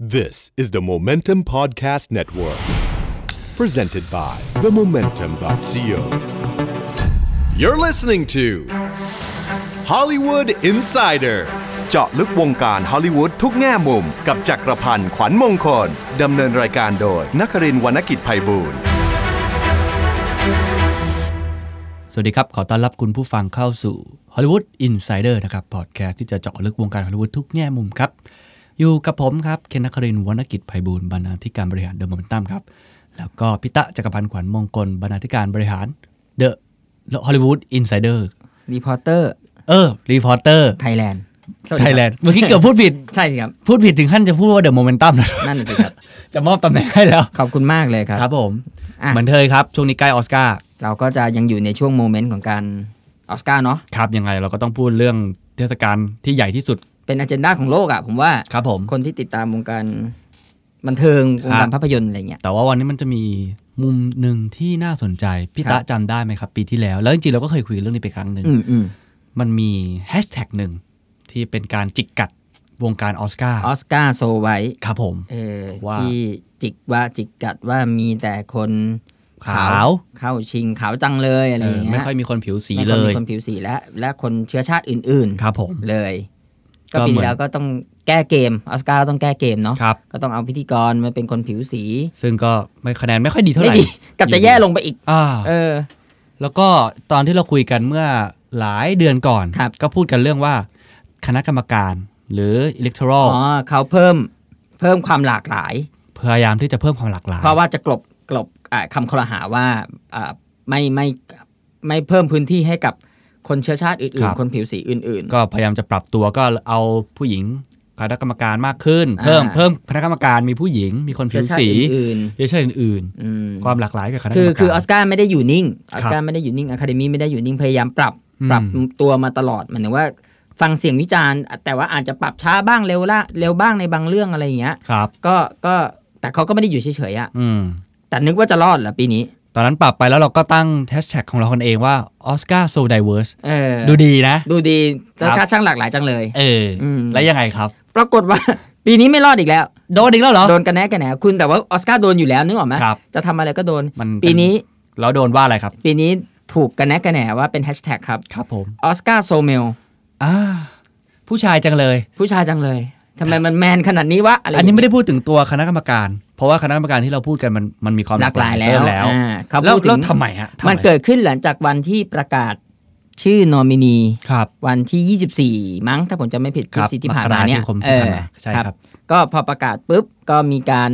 This is the Momentum Podcast Network, presented by themomentum.co. You're listening to Hollywood Insider เจาะลึกวงการฮอลลีวูดทุกแง่มุม กับจักรพันธ์ขวัญมงคล ดำเนินรายการโดยนักรินทร์วรรณกิจไพบูลย์ สวัสดีครับ ขอต้อนรับคุณผู้ฟังเข้าสู่ Hollywood Insider นะครับพอดแคสต์ที่จะเจาะลึกวงการฮอลลีวูดทุกแง่มุมครับ อยู่กับผมครับ เคนนักครินทร์วรรณกิจไพบูลย์บรรณาธิการบริหารเดอะโมเมนตัมครับ แล้วก็พิตะจักรพันธ์ขวัญมงคลบรรณาธิการบริหารเดอะฮอลลีวูดอินไซเดอร์ รีพอร์เตอร์ เออรีพอร์เตอร์ ไทยแลนด์ ไทยแลนด์เมื่อกี้เกือบพูดผิด ใช่สิครับ พูดผิดถึงขั้นจะพูดว่าเดอะโมเมนตัมนะ นั่นสิครับ จะมอบตำแหน่งให้แล้ว ขอบคุณมากเลยครับ ครับผม อ่ะ เหมือนเคยครับช่วงนี้ใกล้ออสการ์ เราก็จะยังอยู่ในช่วงโมเมนต์ของการออสการ์เนาะ ครับยังไงเราก็ต้องพูดเรื่องเทศกาลที่ใหญ่ที่สุด เป็นอ g e n d a ของโลกอะผมว่า ครับผม คนที่ติดตามวงการบันเทิงวง ครั การ บ ภาพยนตร์อะไรเงี้ย แต่ว่าวันนี้มันจะมีมุมหนึ่งที่น่าสนใจ พี่ ครับ ตะจำได้ไหมครับ ปีที่แล้ว แล้วจริงๆเราก็เคยคุยเรื่องนี้ไปครั้งหนึ่ง อืมอืม มันมีแฮชแท็กหนึ่งที่เป็นการจิกกัดวงการออสการ์ ออสการ์โซไวท์ ครับผม เออ ว่า ที่จิกว่าจิกกัดว่ามีแต่คน ขาว เข้าชิงขาวจังเลยอะไร เอ อ อย่าง เงี้ย ไม่ค่อยมีคนผิวสี ไม่ เล ค่อย ย มีคนผิวสีและและคนเชื้อชาติอื่น ครับผม ๆเลย ก็ ก็ ปี เหมือน ที่แล้วก็ต้องแก้เกมออสการ์ต้องแก้เกมเนาะ ครับ ก็ต้องเอาพิธีกรมาเป็นคนผิวสี ซึ่งก็ไม่คะแนนไม่ค่อยดีเท่าไห ไม่ ร่ ดี กลับจะแย่ลงไปอีก อ่า เออ แล้วก็ตอนที่เราคุยกันเมื่อหลายเดือนก่อน ครับ ก็พูดกันเรื่องว่าคณะกรรมการหรือ อ๋ electoral อเขาเพิ่มเพิ่มความหลากหลาย พยายามที่จะเพิ่มความหลากหลาย เพราะว่าจะกลบกลบอ่าคำคอรหาว่าอ่าไม่ไม่ไม่เพิ่มพื้นที่ให้กับคนเชื้อชาติอื่ ครั น บ ๆ คนผิวสีอื่น ก็พยายามจะปรับตัวก็เอาผู้หญิงคณะกรรมการมากขึ้น อ่า เพิ่มเพิ่มคณะกรรมการมีผู้หญิง มีคน ๆ ผิ เชื้อ ว ชาติ สี อื่น เยอะเช่นอื่น ๆอืม ความหลากหลายกับคณะกรรม คือ การ คือออสการ์ไม่ได้อยู่นิ่งออสการ์ไม่ได้อยู่นิ่งอะคาเดมี่ไม่ได้อยู่นิ่งพยายามปรับ อืม ปรับตัวมาตลอดหมายถึงว่าฟังเสียงวิจารณ์ แต่ว่าอาจจะปรับช้าบ้างเร็วละเร็วบ้างในบางเรื่องอะไรอย่างเงี้ย ครับ ก็ก็แต่เขาก็ไม่ได้อยู่เฉยๆอะ อืม แต่นึกว่าจะรอดเหรอปีนี้ ตอนนั้นปรับไปแล้วเราก็ตั้งแฮชแท็กของเราคนเองว่าออสการ์ so diverse เออ ดูดีนะ ดูดี ครั รา บ คาช่างหลากหลายจังเลย เอออ ม แล้วยังไงครับ ปรากฏว่า ปีนี้ไม่รอดอีกแล้ว โดนอีกแล้วเหรอ โดนกันแน่กันแหน่คุณแต่ว่าออสการ์โดนอยู่แล้วนึกออกไหม ครับ จะทำอะไรก็โดน มัน ปีนี้ เราโดนว่าอะไรครับ ปีนี้ถูกกันแน่กันแหน่ว่าเป็นแฮชแท็กครับ ครับผม ออสการ์โซเมล อ่า ผู้ชายจังเลย ผู้ชายจังเลยทำไมมันแมนขนาดนี้วะอะไร อันนี้ไม่ได้พูดถึงตัวคณะกรรมการ เพราะว่าคณะกรรมการที่เราพูดกันมันมันมีความ หลากหลายแล้ เพิ่ ว มแล้ว อ่าเขา แล้ว พูดถึ แล้ว ง ทำไมฮะทำไ มันเกิดขึ้นหลังจากวันที่ประกาศชื่อนอมินี ครับ วันที่ 24 มั้ง ถ้าผมจำไม่ผิดคลิคปรับ สิที่ผ่านมาเนี่มยกราคมที่ เออ ผ่านมาใช่ครับ ก็พอประกาศปุ๊บ ก็มีการ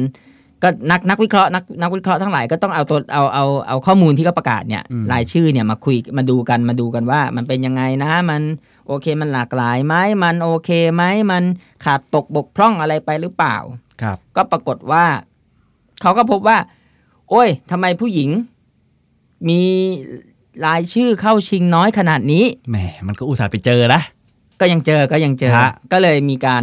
ก็นักนักวิเคราะห์นักนักวิเคราะห์ทั้งหลายก็ต้องเอาตัวเอาเอาเอาข้อมูลที่เขาประกาศเนี่ย อืม รายชื่อเนี่ยมาคุยมาดูกันมาดูกันว่า มันเป็นยังไงนะมันโอเคมันหลากหลายไหมมันโอเคไหมมันขาดตกบกพร่องอะไรไปหรือเปล่า ครับ ก็ปรากฏว่า เขาก็พบว่า โอ้ยทำไมผู้หญิง มีรายชื่อเข้าชิงน้อยขนาดนี้ แหม มันก็อุตส่าห์ไปเจอนะ ก็ยังเจอ ก็ยังเจอ ฮะ ก็เลยมีการ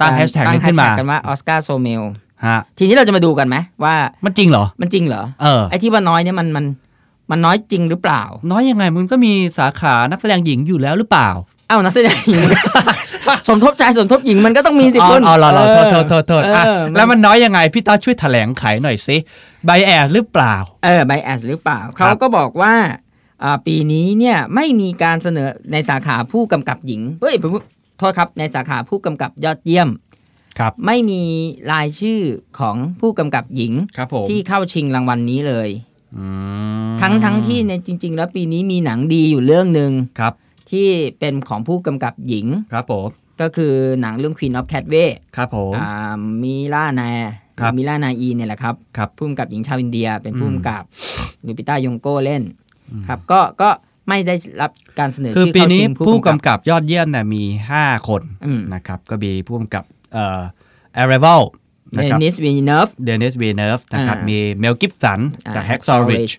ตั้งแฮชแท็กนี้ขึ้นมา ตั้ง hashtag กันว่าออสการ์โซเมล ฮะ ทีนี้เราจะมาดูกันไหมว่า มันจริงเหรอ มันจริงเหรอ เออ ไอ้ที่ว่าน้อยเนี่ยมันมันมันน้อยจริงหรือเปล่า น้อยยังไง มันก็มีสาขานักแสดงหญิงอยู่แล้วหรือเปล่า เอ้านะแสดงหญิง สมทบชายสมทบหญิงมันก็ต้องมีสิคุณ อ๋อเหรอเหรอโทษโทษโทษโทษอ่ะ เออมัน แล้วมันน้อยยังไง พี่ต้าช่วยแถลงไขหน่อยสิไบแอดหรือเปล่า เออไบแอสหรือเปล่า ครับ เขาก็บอกว่าอ่า ปีนี้เนี่ยไม่มีการเสนอในสาขาผู้กำกับหญิงเฮ้ยผมโทษครับในสาขาผู้กำกับยอดเยี่ยม ครับ ไม่มีรายชื่อของผู้กำกับหญิง ครับผม ที่เข้าชิงรางวัลนี้เลย อืม ทั้งทั้งที่ในจริง ๆ แล้วปีนี้มีหนังดีอยู่เรื่องหนึ่ง ครับ ที่เป็นของผู้กำกับหญิง ครับผม ก็คือหนังเรื่อง Queen of Catway ครับผม อ่ามิล่านา ครับ มิล่านาอีเนี่ยแหละครับ ครับ ผู้กำกับหญิงชาวอินเดีย เป็นผู้ อืม กำกับลูปิต้ายงโก้เล่นครับก็ก็ไม่ได้รับการเสนอ คือ ชื่อ ปี เข้า นี้ ชิง ผู้ ผู้กำกับ กำกับยอดเยี่ยมเนี่ยมี 5 คน อืม นะครับ ก็มีผู้กำกับเอ่อ Arrival เด นะครับ นิสวีเนฟ เดนิสเวเนฟนะครับ อ่ามี มีเมลกิฟสัน อ่า จากแฮกซอ Hacksaw ร์ริช Ridge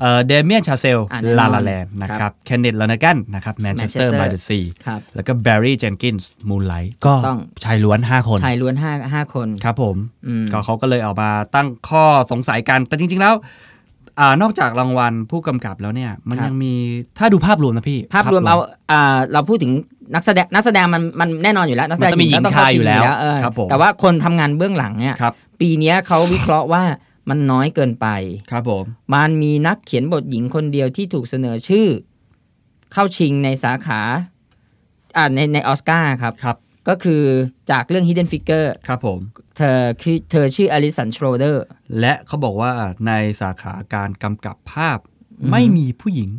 เอ่อเดเมียนชาเซล อ่าแน่นอน ลาลาแลนนะค ครั รับบ เคนเนตลานากันนะครับแมนเชสเตอร์ Manchester บายเดอะซี ครับ แล้วก็แบร์รี่เจนกินส์มู l ไลท์ก็ ต้อง ชายล้วน 5 คน ชายล้วนห้าห้าคน ครับผม อืม ก็เขาก็เลยออกมาตั้งข้อสงสัยกัน แต่จริง ๆ แล้วอานอกจากรางวัลผู้กำกับแล้วเนี่ย มันยังมีถ้าดูภาพรวมนะพี่ ภาพรวมเอาอ่าเราพูดถึง นักแสดงนักแสดงมันมันแน่นอนอยู่แล้ว นักแสดง มันต้องมีหญิง ต้เข้ ชายอยู่แล้ว เออ ครับผม แต่ว่าคนทำงานเบื้องหลังเนี่ย ครับ ปีเนี้ยเขาวิเคราะห์ว่ามันน้อยเกินไป ครับผม มันมีนักเขียนบทหญิงคนเดียวที่ถูกเสนอชื่อ เข้าชิงในสาขาอ่าในในออสการ์ครับ ครับ ก็คือจากเรื่อง Hidden Figure ครับผม เธอคือเธอชื่ออลิสันชโรเดอร์ และเขาบอกว่าในสาขาการกำกับภาพ อืม ไม่มีผู้หญิง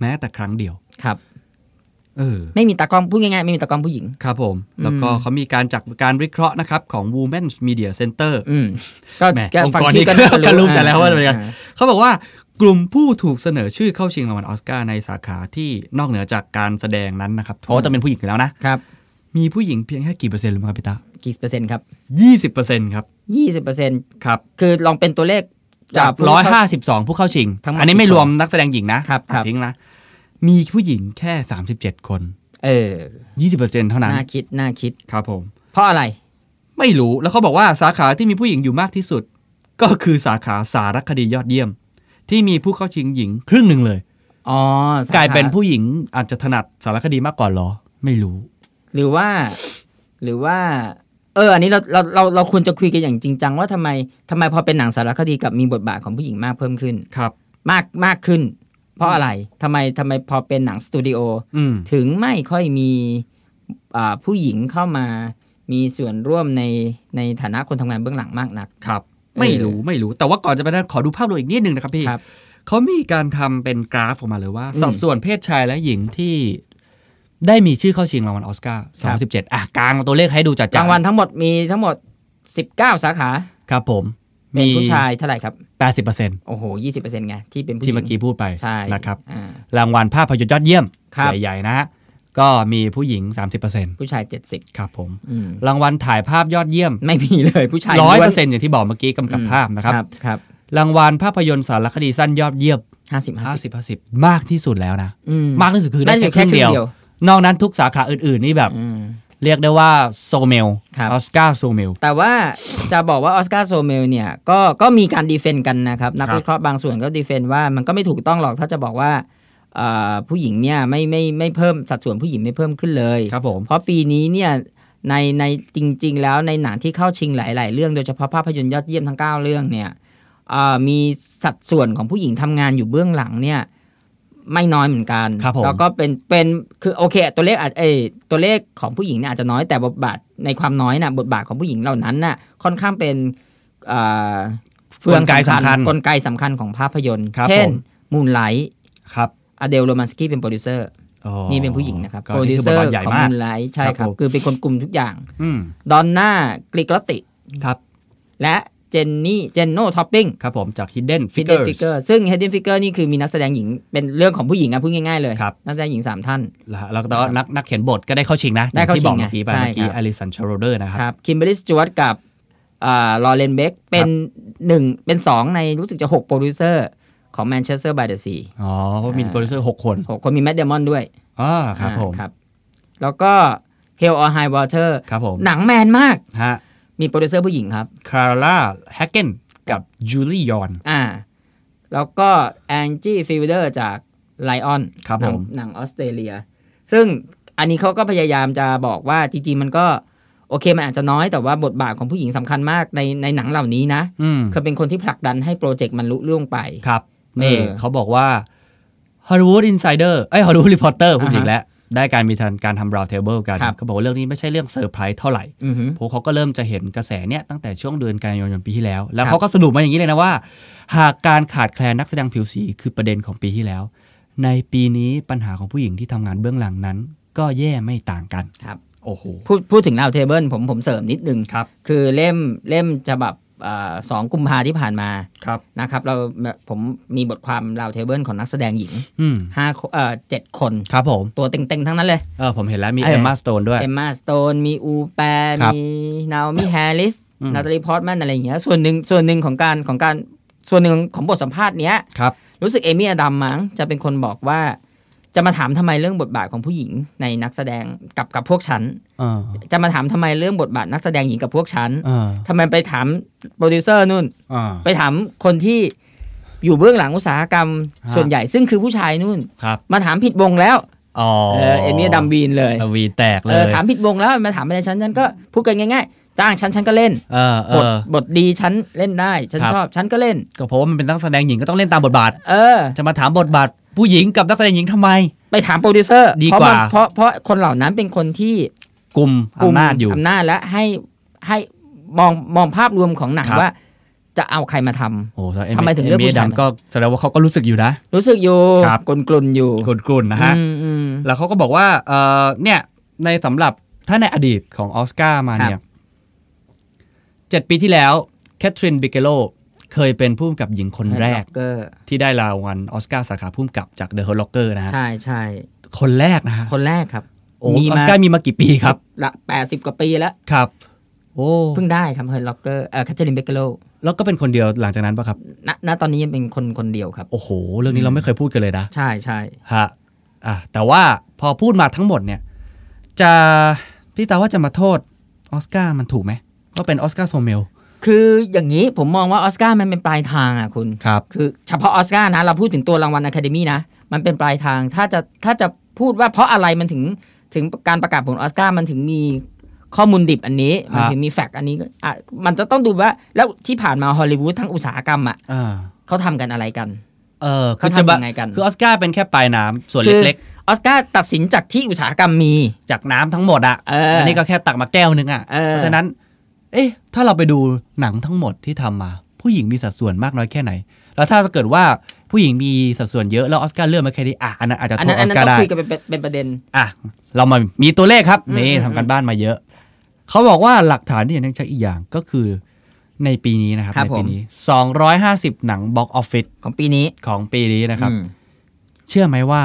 แม้แต่ครั้งเดียว ครับ เออ ไม่มีตากล้องพูดง่ายๆ ไม่มีตากล้องผู้หญิง ครับผม อืม แล้วก็เขามีการจัดการวิเคราะห์นะครับ ของ Women's Media Center อืมก็ แหม ก็ องค์ ฟัง กร ชื่อ นี้ก็รู้ใจแล้วว่าจะเป็นยังไง อ่ เขาบอกว่ากลุ่มผู้ถูกเสนอชื่อเข้าชิงรางวัลออสการ์ในสาขาที่นอกเหนือจากการแสดงนั้นนะครับเพราะว่าต้องเป็นผู้หญิงอยู่แล้วนะ ครับ มีผู้หญิงเพียงแค่กี่เปอร์เซ็นต์รู้ไหมครับพี่ตา กี่เปอร์เซ็นต์ครับ ยี่สิบเปอร์เซ็นต์ครับ ยี่สิบเปอร์เซ็นต์ ครับ คือลองเป็นตัวเลข จากร้อยห้าสิบสองผู้เข้าชิง ทั้งหมด อันนี้ไม่รวมนักแสดงหญิงนะครับ ครับ ทิ้งนะ มีผู้หญิงแค่สามสิบเจ็ดคน เออ ยี่สิบเปอร์เซ็นต์เท่านั้น น่าคิดน่าคิด ครับผม เพราะอะไร ไม่รู้ แล้วเขาบอกว่าสาขาที่มีผู้หญิงอยู่มากที่สุด ก็คือสาขาสารคดียอดเยี่ยม ที่มีผู้เข้าชิงหญิงครึ่งหนึ่งเลย อ๋อสข กลายเป็นผู้หญิงอาจจะถนัดสารคดีมากกว่าเหรอ ไม่รู้ หรือว่า หรือว่า เออ อันนี้เราเราเราเราควรจะคุยกันอย่างจริงจังว่าทำไมทำไมพอเป็นหนังสารคดีกับมีบทบาทของผู้หญิงมากเพิ่มขึ้น ครับ มากมากขึ้น เพราะอะไรทำไมทำไมพอเป็นหนังสตูดิโอ อืม ถึงไม่ค่อยมีอ่าผู้หญิงเข้ามา มีส่วนร่วมในในฐานะคนทำงานเบื้องหลังมากนัก ครับ ไม่รู้ไม่รู้ แต่ว่าก่อนจะไปนั้นขอดูภาพรวมอีกนิดนึงนะครับพี่ ครับ เขามีการทำเป็นกราฟออกมาเลยว่า อืม สัดส่วนเพศชายและหญิงที่ได้มีชื่อเข้าชิงรางวัลออสการ์ ครับ 27 อ่ะกลางตัวเลขให้ดูจัดๆ รางวัลทั้งหมดมีทั้งหมด 19 สาขา ครับผม เป็น มี ผู้ชายเท่าไหร่ครับ 80% โอ้โหยี่สิบเปอร์เซ็นต์ไง ที่เป็นผู้หญิ ที่ ง เมื่อกี้พูดไป ใช่ นะครับ อ่า รางวัลภาพยนตร์ยอดเยี่ยม ครับ ใหญ่ ๆ นะฮะก็มีผู้หญิง 30% ผู้ชายเจ็ดสิบ ครับผม รางวัลถ่ายภาพยอดเยี่ยม ไม่มีเลยผู้ชาย ร้อย ล้ เป ว อร์เซ็นต์อย่างที่บอกเมื่อกี้กำกับภาพนะครับ ครับครับ รางวัลภาพยนตร์สารคดีสั้นยอดเยี่ยม ห้าสิบห้าสิบ 50 50 มากที่สุดแล้วนะ อื มากที่สุดคือได้ ได้ แค่ แค่ ค ค รึ่ รึ่ ง ง เดี เดี ย ยว ว นอกนั้นทุกสาขาอื่น ๆ นี่แบบ อืม เรียกได้ว่าโซเมล ครับ ออสการ์โซเมล แต่ว่าจะบอกว่าออสการ์โซเมลเนี่ยก็ก็มีการดีเฟนต์กันนะครับ นัก ครับ วิเคราะห์บางส่วนก็ดีเฟนต์ว่ามันก็ไม่ถูกต้องหรอกถ้าจะบอกว่าเอ่อผู้หญิงเนี่ยไม่ไม่ไม่เพิ่มสัดส่วนผู้หญิงไม่เพิ่มขึ้นเลย ครับผม เพราะปีนี้เนี่ยในในจริง ๆ แล้วในหนังที่เข้าชิงหลาย ๆ เรื่องโดยเฉพาะภาพยนตร์ยอดเยี่ยมทั้ง 9 เรื่องเนี่ยเอ่อมีสัดส่วนของผู้หญิงทำงานอยู่เบื้องหลังเนี่ยไม่น้อยเหมือนกัน ครับผม แล้วก็เป็นเป็นคือโอเค ตัวเลขอาจเอยตัวเลขของผู้หญิงเนี่ยอาจจะน้อยแต่บทบาทในความน้อยน่ะบทบาทของผู้หญิงเหล่านั้นน่ะค่อนข้างเป็นเอ่อเฟือง กลไกสำคัญ กลไกสำคัญของภาพยนตร์ ครับ เช่น ผม มูนไลท์ ครับ อเดลโรมันสกี้เป็นโปรดิวเซอร์ อ๋อ นี่เป็นผู้หญิงนะครับ ก็ โปรดิว คื เซอ ท ร์ ใหญ่ ของ มาก มูนไลท์ใช่ ค ค รับรับ ผม คือเป็นคนกลุ่มทุกอย่าง อืม ดอนน่ากริกลติ ครับ และเจนนี่เจนโน่ท็อปปิ้ง ครับผมจาก Hidden ฟิ d เด Figures ฟิกเกอร์ซึ่งเฮด d ิ n ฟิกเกอร์นี่คือมีนักแสดงหญิงเป็นเรื่องของผู้หญิงอะพูดง่ายๆเลย ครับ นักแสดงหญิง 3 ท่าน แล้วแล้วก็นักนักเขียนบทก็ได้เข้าชิงนะ ได้เข้าชิง ที่บอกเมื่อกี้ไป ไง เมื่อกี้ ใช่ครับ อลิสันชโรเดอร์นะค ครับ รับคิมเบอรี่สจวตกับลอเรนเบคเป็นหนึ่งเป็นสองในรู้สึกจะ 6 โปรดิวเซอร์ของแมนเชสเตอร์บ t ยเดอะซี อ๋อเพราะมีโปรดิวเซอร์ 6 คน หกคนมีแมดเดมอนด้วย อ๋อครับผม อ่าครับแล้วก็เฮลออไฮวอเตอร์ ครับผม หนังแมนมาก ฮะ มีโปรดิวเซอร์ผู้หญิงครับ คาร่าแฮกเกนกับจูลี่ยอน อ่า แล้วก็แองจี้ฟิลเดอร์จากไลออน ครับผม หนังออสเตรเลีย ซึ่งอันนี้เขาก็พยายามจะบอกว่าจริงๆมันก็ โอเคมันอาจจะน้อยแต่ว่าบทบาทของผู้หญิงสำคัญมากในในหนังเหล่านี้นะ อืม คือเป็นคนที่ผลักดันให้โปรเจกต์มันลุล่วงไป ครับนี่ เออ เขาบอกว่า Hollywood Insider เอ้ย Hollywood Reporter พูดอีก อ่าฮะ แล้ว ได้การมีทันการทำ round table กัน ครับ เขาบอกว่าเรื่องนี้ไม่ใช่เรื่องเซอร์ไพรส์เท่าไหร่ อือหือ พวกเขาก็เริ่มจะเห็นกระแสเนี่ยตั้งแต่ช่วงเดือนกันยายนปีที่แล้ว แล้ว ครับ เขาก็สรุปมาอย่างนี้เลยนะว่า หากการขาดแคลนนักแสดงผิวสีคือประเด็นของปีที่แล้ว ในปีนี้ปัญหาของผู้หญิงที่ทำงานเบื้องหลังนั้น ก็แย่ไม่ต่างกัน ครับ โอ้โห พูดพูดถึงเราเทเบิลผมผมเสริมนิดนึง ครับ คือเล่มเล่มฉบับอ่าสองกุมภาที่ผ่านมา ครับ นะครับเราผมมีบทความเราเทเบิลของนักแสดงหญิง อืม ห้าคนเอ่อเจ็ดคน ครับผม ตัวเต็งๆ ทั้งนั้นเลย เออผมเห็นแล้วมี เอ เอ อ มมาสโตนด้วย เอมมาสโตนมีอูแปร ครับ มีนาโอมิแฮร์ริส อืม นาตาลีพอร์ตแมนอะไรอย่างเงี้ยส่วนหนึ่งส่วนหนึ่งของการของการส่วนหนึ่งของบทสัมภาษณ์เนี้ย ครับ รู้สึกเอมี่อดัมมั้งจะเป็นคนบอกว่าจะมาถามทำไมเรื่องบทบาทของผู้หญิงในนักแสดงกับกับพวกฉัน เออ จะมาถามทำไมเรื่องบทบาทนักแสดงหญิงกับพวกฉัน เออ ทำไมไปถามโปรดิวเซอร์นู่น เออ ไปถามคนที่อยู่เบื้องหลังอุตสาหกรรม ฮะ ส่วนใหญ่ซึ่งคือผู้ชายนู่น ครับ มาถามผิดวงแล้ว อ๋อ เออเอมี่อดัมบีนเลย อวีแตก เอ เล อย ถามผิดวงแล้วมาถามอะไรฉันฉันก็พูดกันง่ายๆจ้างฉันฉันก็เล่น เออเอบ ท อ บทดีฉันเล่นได้ฉัน ครับ ชอบฉันก็เล่น ก็เพราะว่ามันเป็นนักแสดงหญิงก็ต้องเล่นตามบทบาท เออ จะมาถามบทบาทผู้หญิงกับนักแสดงหญิงทำไม ไปถามโปรดิวเซอร์ ดี เพระ กว่า นเพราะเพราะคนเหล่านั้นเป็นคนที่ กลุ่ม กลุ่ม อำนาจอยู่ อำนาจและให้ให้มองมองภาพรวมของหนัง ครับ ว่า จะเอาใครมาทำ โอ้โห ทำไมถึงเลือกผู้ชาย ดำก็แสดงว่าเขาก็รู้สึกอยู่นะ รู้สึกอยู่ ครับ กลนๆอยู่ กลุ่นๆนะฮะ อืมอืม แล้วเขาก็บอกว่าเออเนี่ยในสำหรับถ้าในอดีตของออสการ์มา ครับ เนี่ยเจ็ดปีที่แล้วแคทรินบิเกโลเคยเป็นผู้กำกับหญิงคนแรก เออ ที่ได้รางวัลออสการ์สาขาผู้กำกับจากเดอะ e ฮ l ์ล็อกเกอร์นะฮะ ใช่ใช่ คนแรกนะฮะ คนแรกครับ โอ้อ มี อ มา สการ์มีมากี่ปีครับ ละแปดสิบกว่าปีแล้ว ครับ โอ้ เพิ่งได้ครับเฮอร์ล็อกเกอร์เออคาเทลินเบเกโล แล้วก็เป็นคนเดียวหลังจากนั้นป่ะครับ ณณตอนนี้ยังเป็นคนคนเดียวครับ โอ้โห เรื่องนี้เราไม่เคยพูดกันเลยนะ ใช่ใช่ ฮะอ่ะแต่ว่าพอพูดมาทั้งหมดเนี่ย จะพี่ตาว่าจะมาโทษออสการ์มันถูกไหมว่าเป็นออสการ์โซเมล คืออย่างนี้ผมมองว่าออสการ์มันเป็นปลายทางอ่ะคุณ ครับ คือเฉพาะออสการ์นะ เราพูดถึงตัวรางวัลอะคาเดมี่นะ มันเป็นปลายทางถ้าจะถ้าจะพูดว่าเพราะอะไรมันถึงถึงการประกาศผลออสการ์มันถึงมีข้อมูลดิบอันนี้ มัน ฮะ ถึงมีแฟกต์อันนี้ก็อ่ะมันจะต้องดูว่า แล้วที่ผ่านมาฮอลลีวูดทั้งอุตสาหกรรมอ่ะ อ่า เขาทำกันอะไรกัน เออคื เขา อจะ ทำ มา ยังไงกัน คือออสการ์เป็นแค่ปลายน้ำส่วน คือ เล็ก ออสการ์ตัดสินจากที่อุตสาหกรรมมี ๆ จากน้ำทั้งหมดอ่ะ เอออั นนี้ก็แค่ตักมาแก้วนึงอ่ะ เอเพอราะฉะนั้น เอ๊ะ ถ้าเราไปดูหนังทั้งหมดที่ทำมา ผู้หญิงมีสัดส่วนมากน้อยแค่ไหน แล้วถ้าเกิดว่าผู้หญิงมีสัดส่วนเยอะแล้วออสการ์เลือกมาแค่นี้อ่ะอันนั้นอาจจะ อัน โทษ นั้ อน อ อัน ส นั้น การ์ ต้อง ได้ คุยกันเป็นเป็นประเด็น อ่ะ เรามามีตัวเลขครับ อืมอื นี่ ม ทำกันบ้านมาเยอะ เขาบอกว่าหลักฐานที่เห็นได้ชัดอีกอย่างก็คือในปีนี้นะครับ ในปีนี้ 250 หนังบ็อกออฟฟิศ ของปีนี้ ของปีนี้นะครับ อืม เชื่อไหมว่า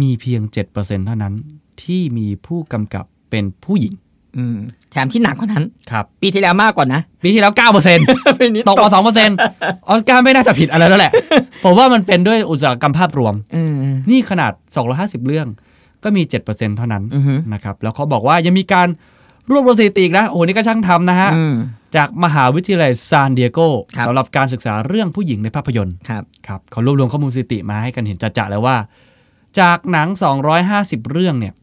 มีเพียง 7%เท่านั้นที่มีผู้กำกับเป็นผู้หญิง อืมแถมที่หนักกว่านั้น ครับ ปีที่แล้วมากกว่านะ ปีที่แล้ว 9% ปีนี้ ตกมา 2%ออสการ์ไม่น่าจะผิดอะไร แล้วแหละ ผมว่ามันเป็นด้วยอุตสาหกรรมภาพรวม อืม นี่ขนาด 250 เรื่องก็มี 7%เท่านั้น อืม นะครับแล้วเขาบอกว่ายังมีการรวบรวมสถิติอีกนะโอ้โหนี่ก็ช่างทำนะฮะ อืม จากมหาวิทยาลัยซานดิเอโก ครับ สำหรับการศึกษาเรื่องผู้หญิงในภาพยนตร์ ครับ ครับเขารวบรวมข้อมูลสถิติมาให้กันเห็นจัดๆแล้วว่า จากหนัง 250 เรื่องเนี่ย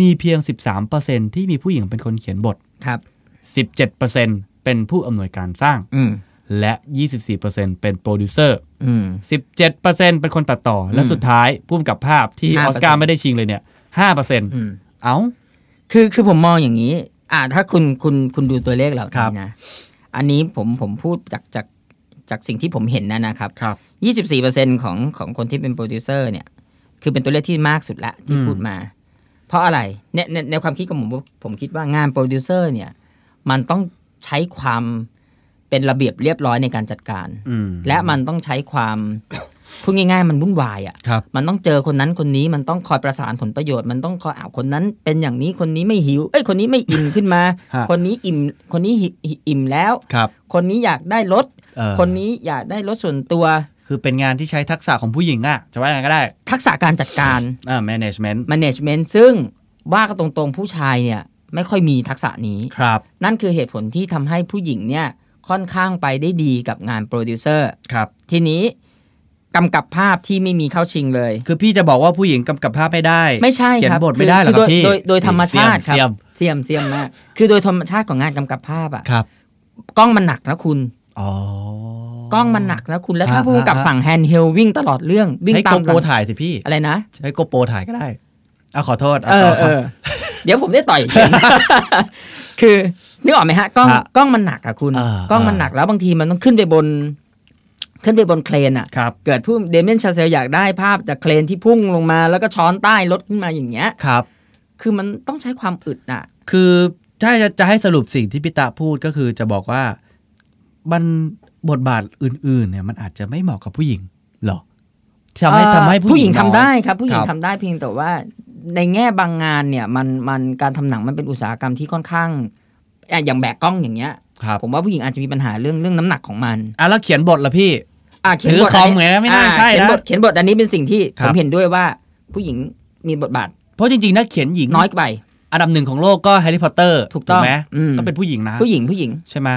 มีเพียง 13%ที่มีผู้หญิงเป็นคนเขียนบท ครับ 17%เป็นผู้อำนวยการสร้าง อืม และ 24%เป็นโปรดิวเซอร์ อืม 17%เป็นคนตัดต่อ และ อืม สุดท้ายผู้กำกับภาพที่อ 5% อสการ์ไม่ได้ชิงเลยเนี่ย5%เ อืม อ้า คือคือผมมองอย่างนี้ อ่า ถ้าคุณคุณคุณดูตัวเลขเหล่า ครั นี้ บ นะ อันนี้ผมผมพูดจากจากจากสิ่งที่ผมเห็นนะนะครับ ครับ ยี่สิบสี่เปอร์เซ็นของของคนที่เป็นโปรดิวเซอร์เนี่ย คือเป็นตัวเลขที่มากสุดละที่ อืม พูดมา เพราะอะไรเนี่ยในในความคิดของผมผมคิดว่างานโปรดิวเซอร์เนี่ย มันต้องใช้ความเป็นระเบียบเรียบร้อยในการจัดการ อืม และมันต้องใช้ความ พูดง่าย ๆ มันวุ่นวายอ่ะ ครับ มันต้องเจอคนนั้นคนนี้มันต้องคอยประสานผลประโยชน์มันต้องคอยอ้าวคนนั้น เป็นอย่างนี้คนนี้ไม่หิว เอ้ยคนนี้ไม่อิ่มขึ้นมา ฮะ คนนี้อิ่มคนนี้หิหิอิ่มแล้ว ครับ คนนี้อยากได้รถ เอ่อ คนนี้อยากได้รถส่วนตัว คือเป็นงานที่ใช้ทักษะของผู้หญิงอะจะว่ายังไงก็ได้ ทักษะการจัดการ อ่า management management ซึ่งว่ากันตรงๆผู้ชายเนี่ยไม่ค่อยมีทักษะนี้ ครับ นั่นคือเหตุผลที่ทำให้ผู้หญิงเนี่ยค่อนข้างไปได้ดีกับงานโปรดิวเซอร์ ครับ ทีนี้กำกับภาพที่ไม่มีเข้าชิงเลย คือพี่จะบอกว่าผู้หญิงกำกับภาพไม่ได้ ไม่ใช่ เขีย คน รับบ ทไม่ได้หรอ คื ครับพี่โโดยโดยธรรมชาติครับ เสียม เสียมเสียมมาก คือโดยธรรมชาติของงานกำกับภาพอ่ะ ครับ กล้องมันหนักนะคุณ อ๋อ กล้องมันหนักนะคุณแล้วถ้า ฮะ ผู้กำกับ ฮะ สั่งแฮนด์เฮลวิ่งตลอดเรื่องวิ่ง ใช้ ตา โก มห โป ลั รง ถ่ายสิพี่ อะไรนะ ใช้โกโปรถ่ายก็ได้เอาขอโทษ เอ ต่ อ ครัเอบ อเดี๋ยว ผมได้ต่อยเข็ม คือนึกออกไหมฮะกล้อง ฮะ กล้องมันหนักอะคุณ อ่าก ล้อง อ่ามั มันหนักแล้วบางทีมันต้องขึ้นไปบน ขึ้นไปบนเครนอะ ครับ เกิดผู้เดเมนชาเซลอยากได้ภาพจากเครนที่พุ่งลงมา แล้วก็ช้อนใต้รถขึ้นมาอย่างเงี้ย ครับ คือมันต้องใช้ความอึดอะ คือถ้าจะจะให้สรุปสิ่งที่พี่ตาพูดก็คือจะบอกว่ามันบทบาทอื่นๆเนี่ยมันอาจจะไม่เหมาะกับผู้หญิงหรอทำให้ เอ่อ ทำให้ ผู้หญิงน้ทำอย ได้ครับ ผู้หญิ ค ง รับ ทำได้เพียงแต่ว่าในแง่บางงานเนี่ย มันมันการทำหนังมันเป็นอุตสาหกรรมที่ค่อนข้างอ่ะอย่างแบกกล้องอย่างเงี้ย ครับ ผมว่าผู้หญิงอาจจะมีปัญหาเรื่องเรื่องน้ำหนักของมัน อ่ะแล้วเขียนบทละพี่ อ่ะเขียนบถืทอคอมเหมือนกันไม่น่า อ่ะ ใช่นะ เขียนบทเขียนบทอันนี้เป็นสิ่งที่ ครั ผ บ มเห็นด้วยว่าผู้หญิงมีบทบาท เพราะจริงๆนักเขียนหญิง น้อยไป อันดับหนึ่งของโลกก็แฮร์รี่พอตเตอร์ ถูกต้อง ไหม อืม ต้องเป็นผู้หญิงนะ ผู้หญิงผู้หญิง ใช่ไหม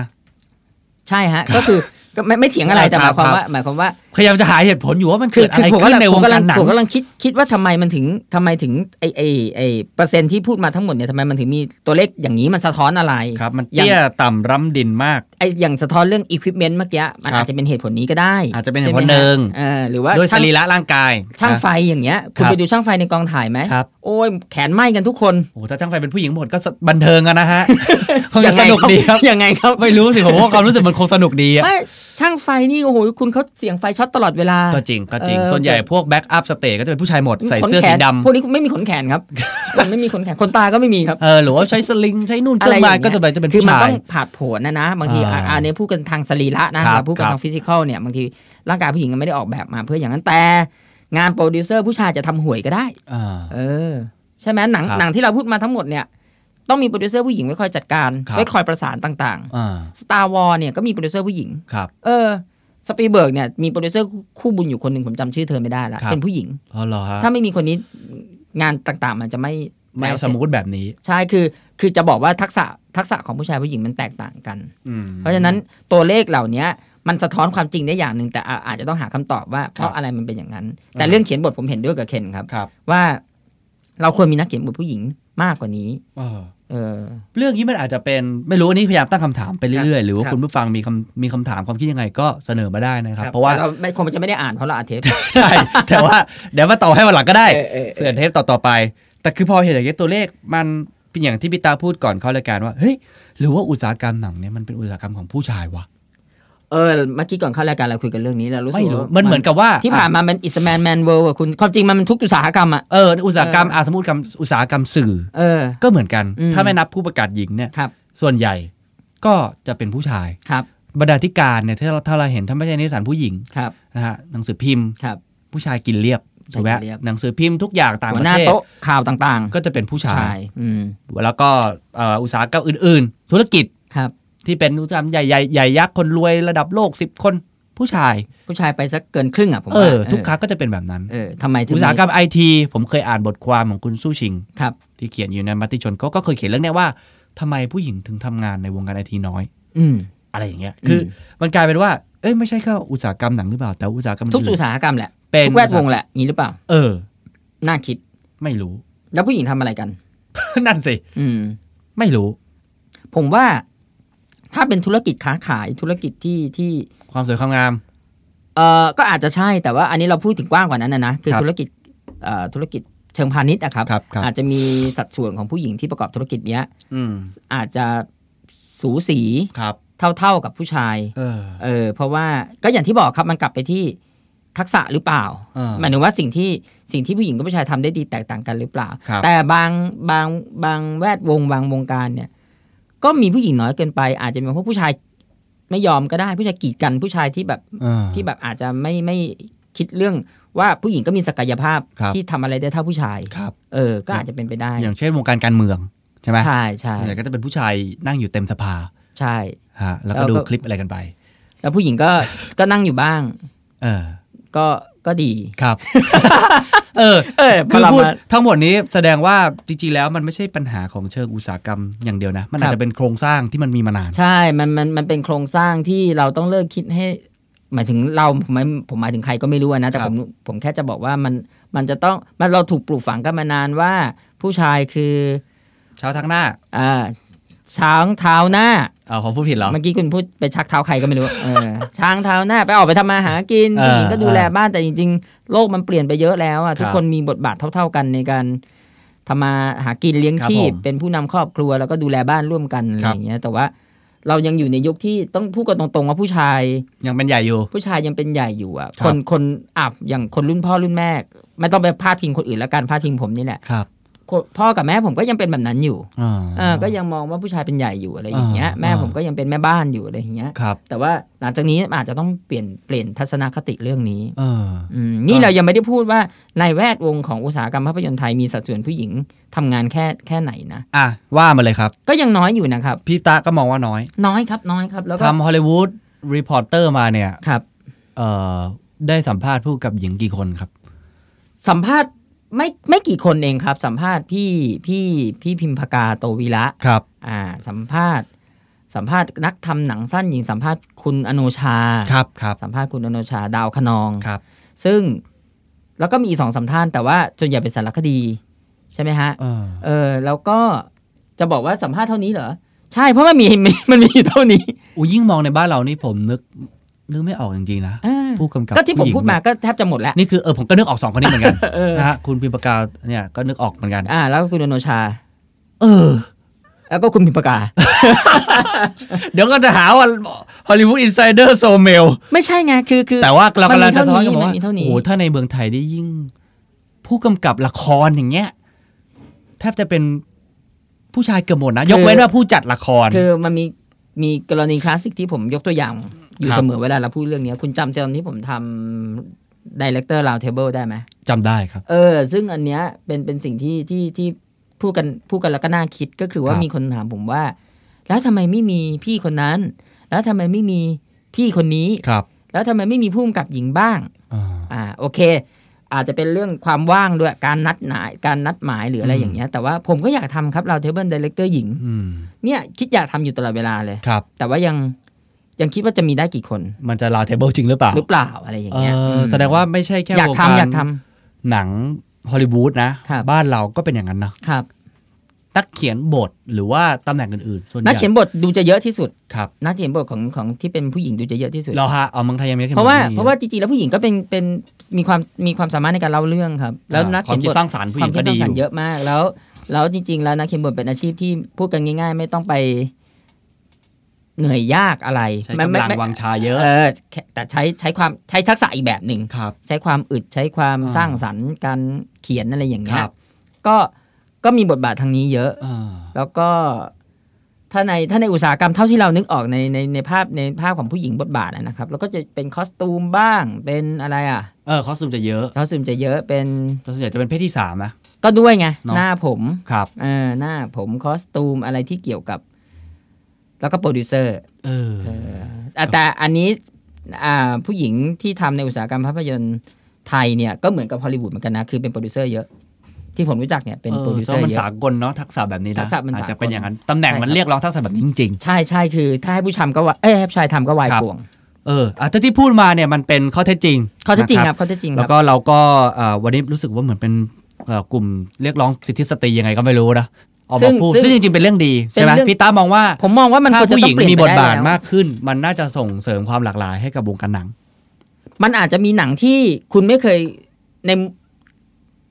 ใช่ฮะ ก็คือ ก็ไม่ไม่เถียงอะไรแต่ห ครั มาย บ ความ ครับ ว่าหมายความว่า พยายามจะหาเหตุผลอยู่ว่ามัน คื เกิ อ ดอะ คือ ไร ผม ขึ้ กำลั น ง ใน ผ ว ม ง กำ กา ลั รง หนัง ผมกำลังคิดคิดว่าทำไมมันถึงทำไมถึงไอไอไอเปอร์เซ็นต์ที่พูดมาทั้งหมดเนี่ยทำไมมันถึงมีตัวเลขอย่างนี้มันสะท้อนอะไร ครับมัน อย่าง เตี้ยต่ำร่ำดินมาก ไออย่างสะท้อนเรื่องอุปกรณ์เมื่อกี้มัน ครับ อาจจะเป็นเหตุผลนี้ก็ได้ อาจจะเป็นเหตุผล ใช่ไม หนึ่ง เออหรือว่า ด้วยส ช่าง รีระร่างกาย ช่างไฟ นะ อย่างเงี้ยคุณ ครับ ไปดูช่างไฟในกองถ่ายไหม ครับ โอ้ยแขนไหม้กันทุกคน โอ้โหถ้าช่างไฟเป็นผู้หญิงหมดก็สบันเทิงอะนะ ฮะ คงจะ ยังไง สนุกดีครับ ยังไงครับ ไม่รู้สิผมว่าความรู้สึกมันคงสนุกดีอะ ไม่ช่างไฟนี่โอ้โหคุณเขาเสียงไฟช็อตตลอดเวลา ก็จริงก็จริง เออ ส่วนใหญ่พวกแบ็กอัพสเตจก็จะเป็นผู้ชายหมดใส่เสื้อ ขนแข สี น ด พวกนี้ไม่มีขนแขนครับ มันไม่มีขนแขนขนตาก็ไม่มีครับ ำเออหรือว่าใช้สลิงใช้นู่นเครื่อง อะไรอ ไม้ ย่างเงี้ย ก็จะเป็นจะเป็น คือ ผู้ มัน ชา ต้ ย องผ่าดโผลนะนะ บางที อ่า อ่ะอันนี้พูดกันทางสรีระนะครับเราพูดกัน ครับ ทางฟิสิกอลเนี่ยบางทีร่างกายผู้หญิงมันไม่ได้ออกแบบมาเพื่ออย่างนั้นแต่ งานโปรดิวเซอร์ผู้ชายจะทำห่วยก็ได้ เออ ใช่ไหมหนัง ครับ หนังที่เราพูดมาทั้งหมดเนี่ย ต้องมีโปรดิวเซอร์ผู้หญิงไว้คอยจัดการ ครับ ไว้คอยประสานต่าง อ่า ๆ Star War เนี่ยก็มีโปรดิวเซอร์ผู้หญิง ครับ เออสปีเบิร์กเนี่ยมีโปรดิวเซอร์คู่บุญอยู่คนหนึ่งผมจำชื่อเธอไม่ได้ละ ครับ เป็นผู้หญิง เพราะเหรอฮะ ถ้าไม่มีคนนี้งานต่างๆ มันจะไม่ ไม่สมูทแบบนี้ ใช่คือคือจะบอกว่าทักษะทักษะของผู้ชายผู้หญิงมันแตกต่างกัน อืม เพราะฉะนั้นตัวเลขเหล่านี้มันสะท้อนความจริงได้อย่างหนึ่งแต่อาอาจจะต้องหาคำตอบว่าเพราะอะไรมันเป็นอย่างนั้น แต่ อ่า เรื่องเขียนบทผมเห็นด้วยกับเคนครับ ครับ ว่าเราควรมีนักเขียนบทผู้หญิงมากกว่านี้ เออ เออ เรื่องนี้มันอาจจะเป็นไม่รู้อันนี้พยายามตั้งคำถามไปเรื่อยๆ หรือว่า ครับ คุณผู้ฟังมีคำมีคำถามความคิดยังไงก็เสนอมาได้นะครับ เพราะว่า แต่เราไม่คงจะไม่ได้อ่านเพราะเราอาเทป ใช่ แต่ว่าเดี๋ยวมาต่อให้วันหลังก็ได้ เออเออเออ เพื่อนเทปต่อๆไป แต่คือพอเห็นอย่างนี้ยตัวเลขมันเป็นอย่างที่พี่ตาพูดก่อนเข้ารายการว่าเฮ้ยหรือว่าอุตสาหกรรมหนังเนี่ยมันเป็นอุตสาหกรรมของผู้ชายวะ เออเมื่อกี้ก่อนเข้ารายการเราคุยกันเรื่องนี้เรารู้สึ ไม่ ก รู้ ว่า มันเหมือนกับว่า ที่ผ่าน อ่ะ มามันอิสแมนแมนเวิร์คุณความจริงมันมันทุกอุตสาหกรรมอ่ะ เอออุตสาหกรรมอาสมมติกรรมอุตสาหกรรมสื่อ เออ ก็เหมือนกัน อืม ถ้าไม่นับผู้ประกาศหญิงเนี่ย ครับ ส่วนใหญ่ก็จะเป็นผู้ชาย ครับ บรรณาธิการเนี่ยถ้าเราถ้าเราเห็นถ้าไม่ใช่นิสสันผู้หญิง ครับ นะฮะหนังสือพิมพ์ ครับ ผู้ชายกินเรียบถูกไหม กินเรียบ หนังสือพิมพ์ทุกอย่างต่าง หั ป ว ระ หน้า เทศ โต๊ะข่าวต่างๆ ก็จะเป็นผู้ชาย อืม แล้วก็เอ่ออุตสาหกรรมอื่น ๆ ธุรกิจ ครับ ที่เป็นอุตสาหกรรมใหญ่ใหญ่ใหญ่ยักษ์คนรวยระดับโลก 10 คนผู้ชาย ผู้ชายไปสักเกินครึ่งอ่ะผม เอ ว่า อทุกครั้งก็จะเป็นแบบนั้น เออทำไมถึง อุตสาหกรรมไอทีผมเคยอ่านบทความของคุณสู้ชิง ครับ ที่เขียนอยู่ในมติชนเขาก็เคยเขียนเรื่องเนี้ยว่าทำไมผู้หญิงถึงทำงานในวงการไอทีน้อย อืม อะไรอย่างเงี้ย อืม คือมันกลายเป็นว่าเอ้ยไม่ใช่แค่อุตสาหกรรมหนังหรือเปล่าแต่อุตสาหกรรม ทุกอุ อื่น ตสาหกรรมแหละ ๆเป็น ทุกแวดวงแหละอย่างนี้หรือเปล่า เออ น่าคิด ไม่รู้ แล้วผู้หญิงทำอะไรกัน นั่นสิ อืม ไม่รู้ ผมว่า ถ้าเป็นธุรกิจค้าขายธุรกิจที่ที่ ความสวยความงาม เออก็อาจจะใช่แต่ว่าอันนี้เราพูดถึงกว้างกว่านั้นนะนะคือ ครับ ธุรกิจเอ่อธุรกิจเชิงพาณิชย์อะครับ ครับครับ อาจจะมีสัดส่วนของผู้หญิงที่ประกอบธุรกิจเนี้ย อืม อาจจะสูสี ครับ เท่าๆกับผู้ชาย เออ เออเพราะว่าก็อย่างที่บอกครับมันกลับไปที่ทักษะหรือเปล่า เออ หมายถึงว่าสิ่งที่สิ่งที่ผู้หญิงกับผู้ชายทำได้ดีแตกต่างกันหรือเปล่า ครับ แต่บางบางบางแวดวงบางวงการเนี่ย ก็มีผู้หญิงน้อยเกินไป อาจจะเป็นเพราะผู้ชายไม่ยอมก็ได้ ผู้ชายกีดกันผู้ชายที่แบบ เออ ที่แบบอาจจะไม่ไม่คิดเรื่องว่าผู้หญิงก็มีศักยภาพ ครับ ที่ทำอะไรได้เท่าผู้ชาย ครับ เออ ก็อาจจะเป็นไปได้ อย่างเช่นวงการการเมืองใช่ไหม ใช่ใช่ ส่วนใหญ่ก็จะเป็นผู้ชายนั่งอยู่เต็มสภา ใช่ ฮะแล้วก็ แล้วก็ ดูคลิปอะไรกันไป แล้วผู้หญิงก็ก็นั่งอยู่บ้าง เออ ก็ก็ดี ครับ เออ เออพ คื อ อ เรา พูด มา ทั้งหมดนี้แสดงว่าจริงๆแล้วมันไม่ใช่ปัญหาของเชิงอุตสาหกรรมอย่างเดียวนะ มันอาจ ครับ จะเป็นโครงสร้างที่มันมีมานาน ใช่ มัน มัน มันเป็นโครงสร้างที่เราต้องเลิกคิดให้ หมายถึงเรา ผมหมายผมหมายถึงใครก็ไม่รู้อะนะ แต่ ครั ผ บ ม ผมแค่จะบอกว่ามัน มันจะต้อง มันเราถูกปลูกฝังกันมานานว่า ผู้ชายคือ เช้าทั้งหน้า อ่าช้างเท้าหน้า เอาผมพูดผิดเหรอ เมื่อกี้คุณพูดไปชักเท้าใครก็ไม่รู้ เออ ช้างเท้าหน้า ไปออกไปทำมาหากิน เออ ผู้หญิงก็ดูแล เออ บ้าน แต่จริงๆ โลกมันเปลี่ยนไปเยอะแล้วอะทุก ครับ คนมีบทบาทเท่า ๆกันในการทำมาหากินเลี้ยง ครับ ชีพ ผม เป็นผู้นำครอบครัวแล้วก็ดูแลบ้านร่วมกันอะไร ครับ อย่างเงี้ย แต่ว่าเรายังอยู่ในยุคที่ต้องพูดกันตรงๆว่าผู้ชาย ยังเป็นใหญ่อยู่ ผู้ชายยังเป็นใหญ่อยู่อะ ครับคนคนอับอย่างคนรุ่นพ่อรุ่นแม่ ไม่ต้องไปพาดพิงคนอื่นแล้วการพาดพิงผมนี่แหละ ครับ คนพ่อกับแม่ผมก็ยังเป็นแบบนั้นอยู่ อ่า เออก็ยังมองว่าผู้ชายเป็นใหญ่อยู่อะไรอย่างเงี้ย อ่า แม่ อ่า ผมก็ยังเป็นแม่บ้านอยู่อะไรอย่างเงี้ย ครับ แต่ว่าหลังจากนี้อาจจะต้องเปลี่ยนเปลี่ยนทัศนคติเรื่องนี้ เออ อืมนี่ ครับ เรายังไม่ได้พูดว่าในแวดวงของอุตสาหกรรมภาพยนตร์ไทยมีสัดส่วนผู้หญิงทำงานแค่แค่ไหนนะ อ่ะว่ามาเลยครับ ก็ยังน้อยอยู่นะครับ พี่ตาก็มองว่าน้อย น้อยครับน้อยครับแล้วก็ ทำฮอลลีวูดรีพอร์เตอร์มาเนี่ย ครับ เอ่อ ได้สัมภาษณ์ผู้กับหญิงกี่คนครับ สัมภาษณ์ไม่ไม่กี่คนเองครับ สัมภาษณ์พี่พี่พี่พิมพากาโตวีระ ครับ อ่า สัมภาษณ์ สัมภาษณ์นักทำหนังสั้นหญิงสัมภาษณ์คุณอโนชา ครับครับ สัมภาษณ์คุณอโนชาดาวขนอง ครับ ซึ่งแล้วก็มีอีกสองสามท่านแต่ว่าส่วนใหญ่เป็นสารคดี ใช่ไหมฮะ เออ เออ แล้วก็จะบอกว่าสัมภาษณ์เท่านี้เหรอ ใช่เพราะมันมี มีมันมีอยู่เท่านี้ อูยิ่งมองในบ้านเรานี่ผมนึกนึกไม่ออกจริงๆนะ อ่า ผู้กำกับ ก็ที่ผม หญิง พูดมาก็แทบจะหมดแล้ว นี่คือเออผมก็นึกออกสองคนนี้เหมือน กัน เออ นะฮะคุณพิมพ์ปากกาเนี่ยก็นึกออกเหมือนกัน อ่า แล้วก็คุณอโนชา เออ แล้วก็คุณพิมพ์ปาก กา เดี๋ยวก็จะหาว่าฮอลลีวูดอินไซเดอร์โซเมล ไม่ใช่ไงคือคือ แต่ว่าเรากำลังจะซ้อนกัน มันมี ว่า เท่านี้ โอ้โหถ้าในเมืองไทยได้ยิ่ง ผู้กำกับละครอย่างเงี้ยแทบจะเป็นผู้ชายเกือบหมดนะ ยกเว้นว่าผู้จัดละคร คือมันมีมีกรณีคลาสสิกที่ผมยกตัวอย่าง อยู่ ครับ เสมอเวลาเราพูดเรื่องเนี้ยคุณจำตอนที่ผมทำดีเลกเตอร์ราวเทเบิลได้ไหม จำได้ครับ เออ ซึ่งอันเนี้ยเป็นเป็นสิ่งที่ที่ที่พูดกันพูดกันแล้วก็น่าคิดก็คือว่า ครับ มีคนถามผมว่า แล้วทำไมไม่มีพี่คนนั้น แล้วทำไมไม่มีพี่คนนี้ ครับ แล้วทำไมไม่มีผู้กำกับหญิงบ้าง อ่า อ่าโอเค อาจจะเป็นเรื่องความว่างด้วยการนัดหมายการนัดหมายหรืออะไร อืม อย่างเงี้ยแต่ว่าผมก็อยากทำครับเราเทเบิลดีเลกเตอร์หญิง อืม เนี่ยคิดอยากทำอยู่ตลอดเวลาเลย ครับ แต่ว่ายังยังคิดว่าจะมีได้กี่คน มันจะลาวเทเบิลจริงหรือเปล่า หรือเปล่าอะไรอย่าง เอ เงี้ย อ ม แสดงว่าไม่ใช่แค่ อยาก วง ทำอยากท หนังฮอลลีวูดนะ ครับ บ้านเราก็เป็นอย่างนั้นเนาะ ำครับ นักเขียนบทหรือว่าตำแหน่งอื่นๆส่วนใหญ่ นักเขียนบทดูจะเยอะที่สุด ครับ นักเขียนบทของของที่เป็นผู้หญิงดูจะเยอะที่สุด เราฮะเอาเมืองไทยยังไม่ได้ขียน เพราะว่า บทนี้ เพราะว่าจริงๆแล้วผู้หญิงก็เป็นเป็นมีความมีความสามารถในการเล่าเรื่องครับ แล้วนัก อ่าความเขียน คิด บท สร้างสรรค์ผู้ห ควา ญิ ม ง คิ ก็ ดสร้า ดี ง อ สรร ยู่ ค์เยอะมากแล้ว แล้วจริง ๆ แล้วนักเขียนบทเป็นอาชีพที่พูดกันง่าย ๆ ไม่ต้องไปเหนื่อยยากอะไร ใช้ มัน กำ ไม่ ลัง ไม่ วังชาเยอะ เออแค่แต่ใช้ใช้ความใช้ทักษะอีกแบบหนึ่ง ครับ ใช้ความอึดใช้ความ อ่า สร้างสรรค์การเขียนอะไรอย่างเงี้ ค ย รับ ก็ก็มีบทบาททางนี้เยอะ อ่า แล้วก็ถ้าในถ้าในอุตสาหกรรมเท่าที่เรานึกออกในในในภาพในภาพของผู้หญิงบทบาทอะนะครับ แล้วก็จะเป็นคอสตูมบ้างเป็นอะไรอ่ะ เออคอสตูมจะเยอะ คอสตูมจะเยอะเป็น แต่ส่วนใหญ่จะเป็นเพศที่สามนะ ก็ด้วยไง เนอะ หน้าผม ครับ เออหน้าผมคอสตูมอะไรที่เกี่ยวกับ แล้วก็โปรดิวเซอร์ เออ เอออ่ะแต่อันนี้อ่าผู้หญิงที่ทำในอุตสาหกรรมภาพยนตร์ไทยเนี่ยก็เหมือนกับฮอลลีวูดเหมือนกันนะ คือเป็นโปรดิวเซอร์เยอะ ที่ผมรู้จักเนี่ยเป็นโปรดิวเซอ แต่ ร์ ว่ามัน เยอะ สากลเนาะทักษะแบบนี้นะ ทักษะมัน อาจ สา จะ กล เป็นอย่างนั้นตำแหน่ง ใช่ มัน ครับ เรียกร้องทักษะแบบนี้จริง ใช่ใช่คือ ถ้าให้ผู้ชายทำก็ว่าเอ้ยให้ผู้ชายทำก็วาย ครับ ป่วง ๆเอออาจจะที่พูดมาเนี่ยมันเป็นข้อเท็จจริง เขาจะจริง นะครับ เขาจะจริงค แล้ว รับ ก็เราก็เอ่อวันนี้รู้สึกว่าเหมือนเป็นเอ่อกลุ่มเรียกร้องสิทธิสตรียังไงก็ไม่รู้นะออกมาพูดซึ่งจริงๆเป็นเรื่องดีใช่ไหมพี่ต้ามองว่า ผมมองว่ามัน ถ้า ควรจะ ผู้ห ต้อ ญิงงเปลี่มีบทยนไปได้ บาท แล้ว มากขึ้น มันน่าจะส่งเสริมความหลากหลายให้กับวงการหนัง มันอาจจะมีหนังที่คุณไม่เคยใน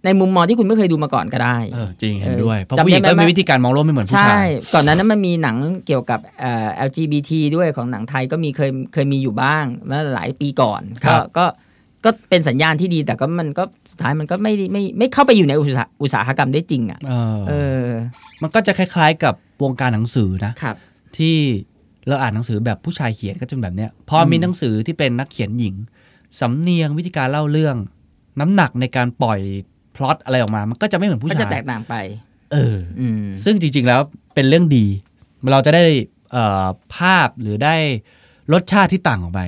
ในมุมมองที่คุณไม่เคยดูมาก่อนก็ได้ เออจริงเห็นด้วย เออ เพราะผู้หญิง จำได้ ก็ ไหม มีวิธีการมองโลกไม่เหมือนผู้ ใช่ ชาย ก่อนหนั้านนั้นมันมีหนังเกี่ยวกับเอ่อ LGBT ด้วยของหนังไทยก็มีเคยเคยมีอยู่บ้างเมื่อหลายปีก่อน ครั ก็ บ ก็ก็เป็นสัญญาณที่ดีแต่ก็มันก็สุดท้ายมันก็ไม่ได้ไม่ไม่เข้าไปอยู่ในอุตสาหอุตสาหกรรมได้จริงอ่ะ เออ เออ มันก็จะคล้ายๆกับวงการหนังสือนะ ครับ ที่เราอ่านหนังสือแบบผู้ชายเขียนก็จะเป็นแบบเนี้ยพอมี อืม หนังสือที่เป็นนักเขียนหญิง สำเนียงวิธีการเล่าเรื่อง น้ำหนักในการปล่อยพล็อตอะไรออกมา มันก็จะไม่เหมือนผู้ ก็ ชา จะ ย แตกต่างไป เออ อืม ซึ่งจริงๆแล้วเป็นเรื่องดี เราจะได้เอ่อภาพหรือได้รสชาติที่ต่างออกไป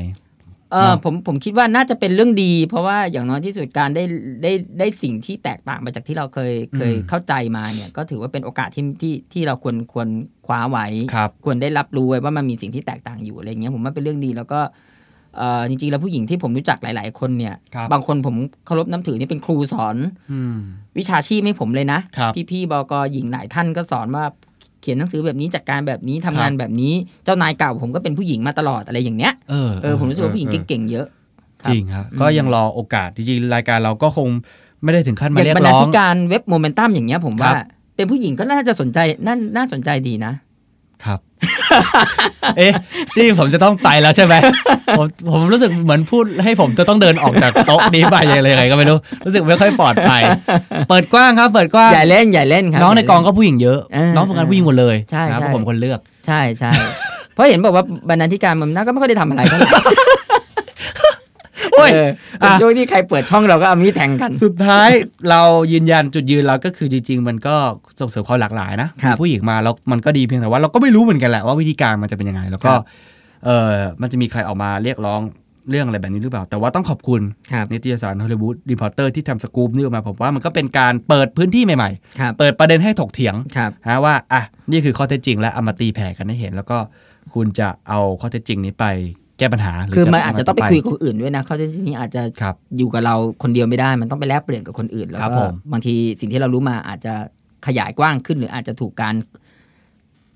เออ เนอะ ผมผมคิดว่าน่าจะเป็นเรื่องดี เพราะว่าอย่างน้อยที่สุดการได้ได้ได้สิ่งที่แตกต่างไปจากที่เราเคยเคยเข้าใจมาเนี่ย ก็ถือว่าเป็นโอกาสที่ที่ที่เราควรควรคว้าไว้ ครับ ควรได้รับรู้ไว้ว่ามันมีสิ่งที่แตกต่างอยู่อะไรเงี้ยผมว่าเป็นเรื่องดีแล้วก็เอ่อจริงๆแล้วผู้หญิงที่ผมรู้จักหลาย ๆ คนเนี่ย ครับ งคนผมเคารพน้ำถือนี่เป็นครูสอน อืม วิชาชีพให้ผมเลยนะครับ พี่ๆบกหญิงหลายท่านก็สอนว่าเขียนหนังสือแบบนี้จัดการแบบนี้ทำงานแบบนี้เจ้านายเก่าผมก็เป็นผู้หญิงมาตลอดอะไรอย่างเนี้ย เออ เออผมรู้สึกว่าผู้หญิง ออ เก่งๆเยอะ คจรับ ริงครับ อืม ก็ยังรอโอกาสจริงๆรายการเราก็คงไม่ได้ถึงขั้น อ มา ย่าง เรีย บร ก รณา ร้อง ธิการเว็บโมเมนตัมอย่างเงี้ยผม ครั ว่า บ เป็นผู้หญิงก็น่าจะสนใจน่าน่าสนใจดีนะครับ เอ๊ะนี่ผมจะต้องไปแล้วใช่ไหม ผมผมรู้สึกเหมือนพูดให้ผมจะต้องเดินออกจากโต๊ะนี้ไปอะไรยังไงก็ไม่รู้รู้สึกไม่ค่อยปลอดภัย เปิดกว้างครับ เปิดกว้าง อย่าเล่นอย่าเล่นครับ น้องใน ย่าเล่ กองก็ผู้หญิงเยอะ เออ น้องฝึกงานผู้หญิงหมดเลย ใช่ นะครับเพใช่ราะผมคนเลือก ใช่ใช่ เพราะเห็นบอกว่าบรรณาธิการมันน่าก็ไม่ค่อยได้ทำอะไรเท่าไหร่ โอ้ยอ่ะเช่วงที่ใครเปิดช่องเราก็เอามีดแทงกัน สุดท้ายเรายืนยันจุดยืนเราก็คือจริงๆ มันก็ส่งเสริมความหลากหลายนะครับ มีผู้หญิงมาแล้วมันก็ดีเพียงแต่ว่าเราก็ไม่รู้เหมือนกันแหละว่าวิธีการมันจะเป็นยังไง แล้วก็ ครับ เออมันจะมีใครออกมาเรียกร้องเรื่องอะไรแบบนี้หรือเปล่า แต่ว่าต้องขอบคุณ ครับ นิตยสารฮอลลีวูดรีพอร์เตอร์ที่ทำสกู๊ปนี่ออกมาผมว่ามันก็เป็นการเปิดพื้นที่ใหม่ ครับ ๆ เปิดประเด็นให้ถกเถียง ครับ ฮะว่าอ่ะนี่คือข้อเท็จจริงและเอามาตีแผ่กันให้เห็น แล้วก็ คุณจะเอาข้อเท็จจริงนี้ไปแก้ปัญหาหรื คือมัน ทำ อาจจะต้องไปคุยกับคนอื่นด้วยนะเขาจะทีนี้อาจจะ ครับ อยู่กับเราคนเดียวไม่ได้ มันต้องไปแลกเปลี่ยนกับคนอื่นแล้ว ครับ ก็ ผม บางทีสิ่งที่เรารู้มาอาจจะขยายกว้างขึ้นหรืออาจจะถูกการ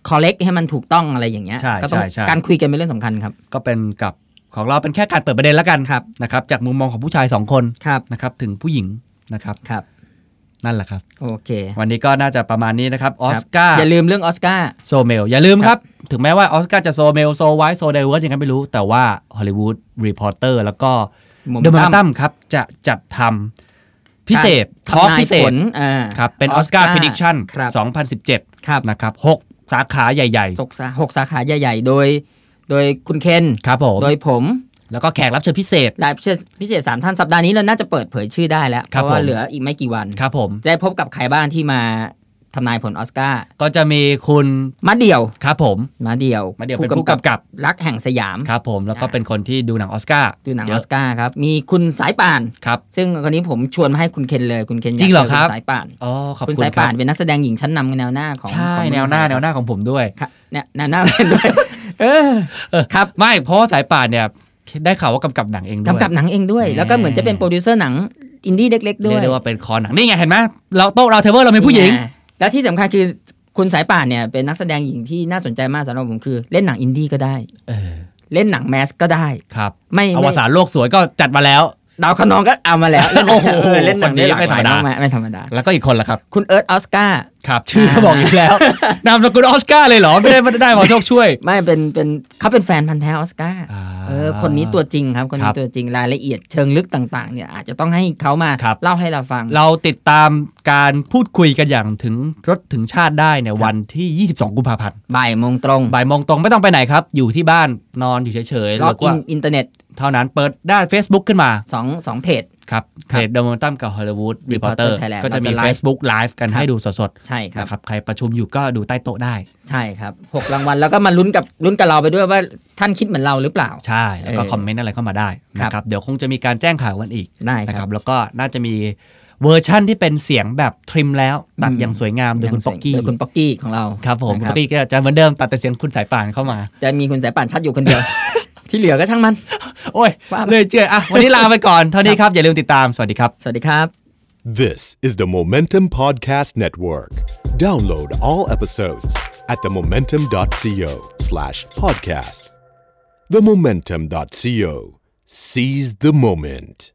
collect ให้มันถูกต้องอะไรอย่างเงี้ย ใช่ ก็ต้อ ใช่ ง ใช่ การคุยกันเป็นเรื่องสำคัญครับ ก็เป็นกับของเราเป็นแค่การเปิดประเด็นแล้วกันครับนะครับ จากมุมมองของผู้ชายสองคน ครับ นะครับ ถึงผู้หญิงนะครับ ครับ นั่นแหละครับ โอเค วันนี้ก็น่าจะประมาณนี้นะครับออ ค สการ์ อย่าลืมเรื่องออสการ์ โซเมลอย่าลืมครับ ถึงแม้ว่าออสการ์จะโซเมลโซไวท์โซไดเวิร์สอย่างนั้นไม่รู้ แต่ว่าฮอลลีวูดรีพอร์เตอร์แล้วก็ Momentum เดอะม n นตัมครับ จะจัดทำพิเศษทอล์ก ทำนาย พิเศ ผ ษ ลอ่า ครับ เป็นออสการ์ Oscar พิ i ิ t ชั่น ครับ 2017 ครับ นะครับ 6 สาขาใหญ่ หกสาหกสาขาใหญ่ ๆ โดย โดยคุณเคน ๆ ครับผม โดยผม แล้วก็แขกรับเชิญพิเศษ รายพิเศษพิเศษสามท่านสัปดาห์นี้เราน่าจะเปิดเผยชื่อได้แล้ว เพ ครับ ราะว่า ผม เหลืออีกไม่กี่วัน ครับผม ได้พบกับใครบ้างที่มาทำนายผลออสการ์ ก็จะมีคุณ มาเดี่ยว ครับผม มาเดี่ยว มาเดี๋ยวเป็นผู้กำกับ รักแห่งสยาม ครับผมแล้วก็เป็นคนที่ดูหนังออสการ์ ดูหนัง เย ออ อะ สการ์ครับ มีคุณสายป่าน ครับ ซึ่งคนนี้ผมชวนมาให้คุณเคนเลยคุณเคนยาก จริงเหรอ จณ ครับ สายป่าน อ๋อขอบ คุณ คุณ สาย ครั ป่า บ นเป็นนักแสดงหญิงชั้นนำแนวหน้าของ ใช่ ของ แนวหน้าแนวหน้าของผมด้วย ครับแนวแนวหน้าเลยด้วยเออครับ ไม่เพราะว่าสายป่านเนี่ย ได้ข่าวว่ากำกับหนังเองด้วย กำกับหนังเองด้วย แหม แล้วก็เหมือนจะเป็นโปรดิวเซอร์หนังอินดี้เล็ก ๆ ด้ เรีกวยได้ว่าเป็นคอหนังนี่ไงเห็นไหมเราโต๊ะเราเทเบิลเราเป็นผู้หญิง อ่าแล้วที่สำคัญคือคุณสายป่านเนี่ยเป็นนักแสดงหญิงที่น่าสนใจมากสำหรับผมคือ เล่นหนังอินดี้ก็ได้ เออ เล่นหนังแมสก็ได้ ครับ ไม่ อว ไม่ สานโลกสวยก็จัดมาแล้ว ดาวคะนองก็เอามา แล้ว โอ้โห เเล่นหนัง คนนี้ ด้หลก ไม่ธรรมดา หลยกไม่ธรรมดา แล้วก็อีกคนละครับ คุณเอิร์ธออสการ์ ครับ ชื่อเขาบอกอีก แล้ว นามสกุลออสการ์เลยเหรอ ไม่ได้ไม่ได้หมอโชคช่วย ไม่เป็นเป็นเขาเป็นแฟนพันธ์แท้ออสการ์เออคนนี้ตัวจริงครับ คน ครั นี้ บ ตัวจริงรายละเอียดเชิงลึกต่างๆ เนี่ยอาจจะต้องให้เขามา ครับ เล่าให้เราฟัง เราติดตามการพูดคุยกันอย่างถึงรถถึงชาติได้ในวันที่ 22 กุมภาพันธ์ บ่ายโมงตรง บ่ายโมงตรงไม่ต้องไปไหนครับ อยู่ที่บ้านนอนอยู่เฉยๆ ล็อ แล้ ก ว อิ ก็ นอินเทอร์เน็ต เท่านั้นเปิดด้าน Facebook ขึ้นมา สองสองเพจ ครับเพจดมอนตัมกับฮอลลีวูดรีพอร์เตอ Reporter ร์ Thailand ก็จะมี เราจะไลฟ์ Facebook ไลฟ์กันให้ดูสด ใช่ ๆ ครับ นะครับใครประชุมอยู่ก็ดูใต้โต๊ะได้ ใช่ครับหกรางวัลแล้วก็มาลุ้นกับลุ้นกับเราไปด้วยว่าท่านคิดเหมือนเราหรือเปล่า ใช่แล้วก็ เออ คอมเมนต์อะไรเข้ามาได้ ครับ นะครับเดี๋ยวคงจะมีการแจ้งข่าวกันอีก ได้ นะ ค ค รั รับ บแล้วก็น่าจะมีเวอร์ชั่นที่เป็นเสียงแบบทริมแล้ว ตัด อืม อย่างสวยงามโดยคุณป๊อกกี้ โดยคุณป๊อกกี้ของเรา ครับผม นะ ป๊อกกี้ก็จะเหมือนเดิมตัดแต่เสียงคุณสายป่านเข้ามา จะมีคุณสายป่านชัดอยู่คนเดี ยว ที่เหลือก็ช่างมัน โอ้ย ว่าไป เลยเจืออ่ะ วันนี้ลาไปก่อน เท่านี้ครับ อย่าลืมติดตามสวัสดีครับ สวัสดีครับ This is the Momentum Podcast Network. Download all episodes at themomentum.co slash podcast. Themomentum.co. Seize the moment.